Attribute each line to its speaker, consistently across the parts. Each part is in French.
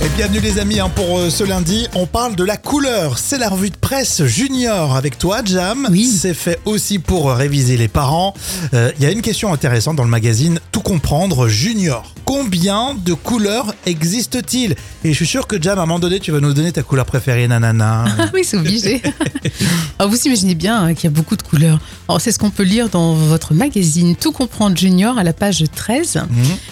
Speaker 1: Et bienvenue les amis hein, pour euh, ce lundi. On parle de la couleur. C'est la revue de presse junior avec toi, Jam.
Speaker 2: Oui.
Speaker 1: C'est fait aussi pour réviser les parents. Euh, Il y a une question intéressante dans le magazine Tout comprendre junior. Combien de couleurs existe-t-il Et je suis sûr que Jam, à un moment donné, tu vas nous donner ta couleur préférée, nanana.
Speaker 2: Ah oui, c'est obligé. Alors, vous imaginez bien hein, qu'il y a beaucoup de couleurs. Alors, c'est ce qu'on peut lire dans votre magazine Tout comprendre junior à la page 13.
Speaker 1: Mhm.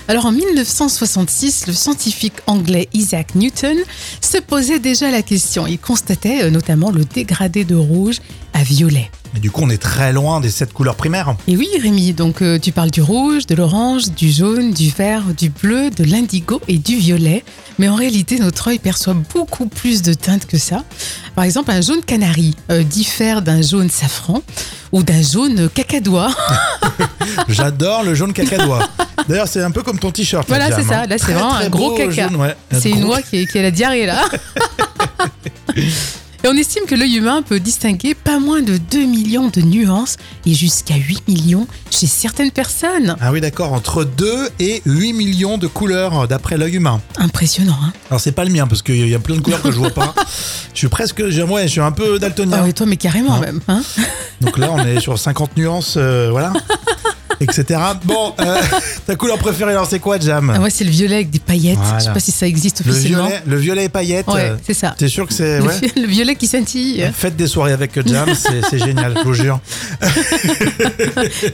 Speaker 2: Alors en 1966, le scientifique anglais Isaac Newton se posait déjà la question. Il constatait euh, notamment le dégradé de rouge à violet.
Speaker 1: Et du coup, on est très loin des sept couleurs primaires. hein.
Speaker 2: Et oui Rémi, donc euh, tu parles du rouge, de l'orange, du jaune, du vert, du bleu, de l'indigo et du violet. Mais en réalité, notre œil perçoit beaucoup plus de teintes que ça. Par exemple, un jaune canari euh, diffère d'un jaune safran ou d'un jaune cacadois.
Speaker 1: J'adore le jaune cacadois. D'ailleurs, c'est un peu comme ton t-shirt.
Speaker 2: Voilà,
Speaker 1: Jam,
Speaker 2: c'est ça.
Speaker 1: hein.
Speaker 2: Là, c'est
Speaker 1: Très,
Speaker 2: vraiment
Speaker 1: très
Speaker 2: un gros
Speaker 1: beau
Speaker 2: caca.
Speaker 1: jaune, ouais.
Speaker 2: C'est
Speaker 1: Un
Speaker 2: une
Speaker 1: gros
Speaker 2: oie qui, est- qui a la diarrhée là. Et on estime que l'œil humain peut distinguer pas moins de 2 millions de nuances et jusqu'à 8 millions chez certaines personnes.
Speaker 1: Ah oui, d'accord, entre 2 et 8 millions de couleurs euh, d'après l'œil humain.
Speaker 2: Impressionnant, hein
Speaker 1: Alors c'est pas le mien parce qu'il y a plein de couleurs que je vois pas. je suis presque, j'ai- ouais, je suis un peu daltonien.
Speaker 2: Ah oui, toi, mais carrément
Speaker 1: Non.
Speaker 2: même. hein.
Speaker 1: Donc là, on est sur 50 nuances, euh, voilà, etc. Bon, euh, ta couleur préférée, alors c'est quoi, Jam
Speaker 2: Ah, moi, c'est le violet avec des paillettes.
Speaker 1: Voilà.
Speaker 2: Je sais pas si ça existe
Speaker 1: Le
Speaker 2: officiellement.
Speaker 1: violet, le violet et paillettes. euh,
Speaker 2: ouais, c'est ça.
Speaker 1: T'es sûr que c'est
Speaker 2: Le,
Speaker 1: ouais
Speaker 2: vi- le violet qui scintille.
Speaker 1: Faites des soirées avec Jam, c'est c'est génial, je vous jure.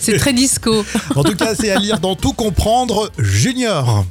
Speaker 2: c'est très disco.
Speaker 1: En tout cas, c'est à lire dans Tout comprendre Junior.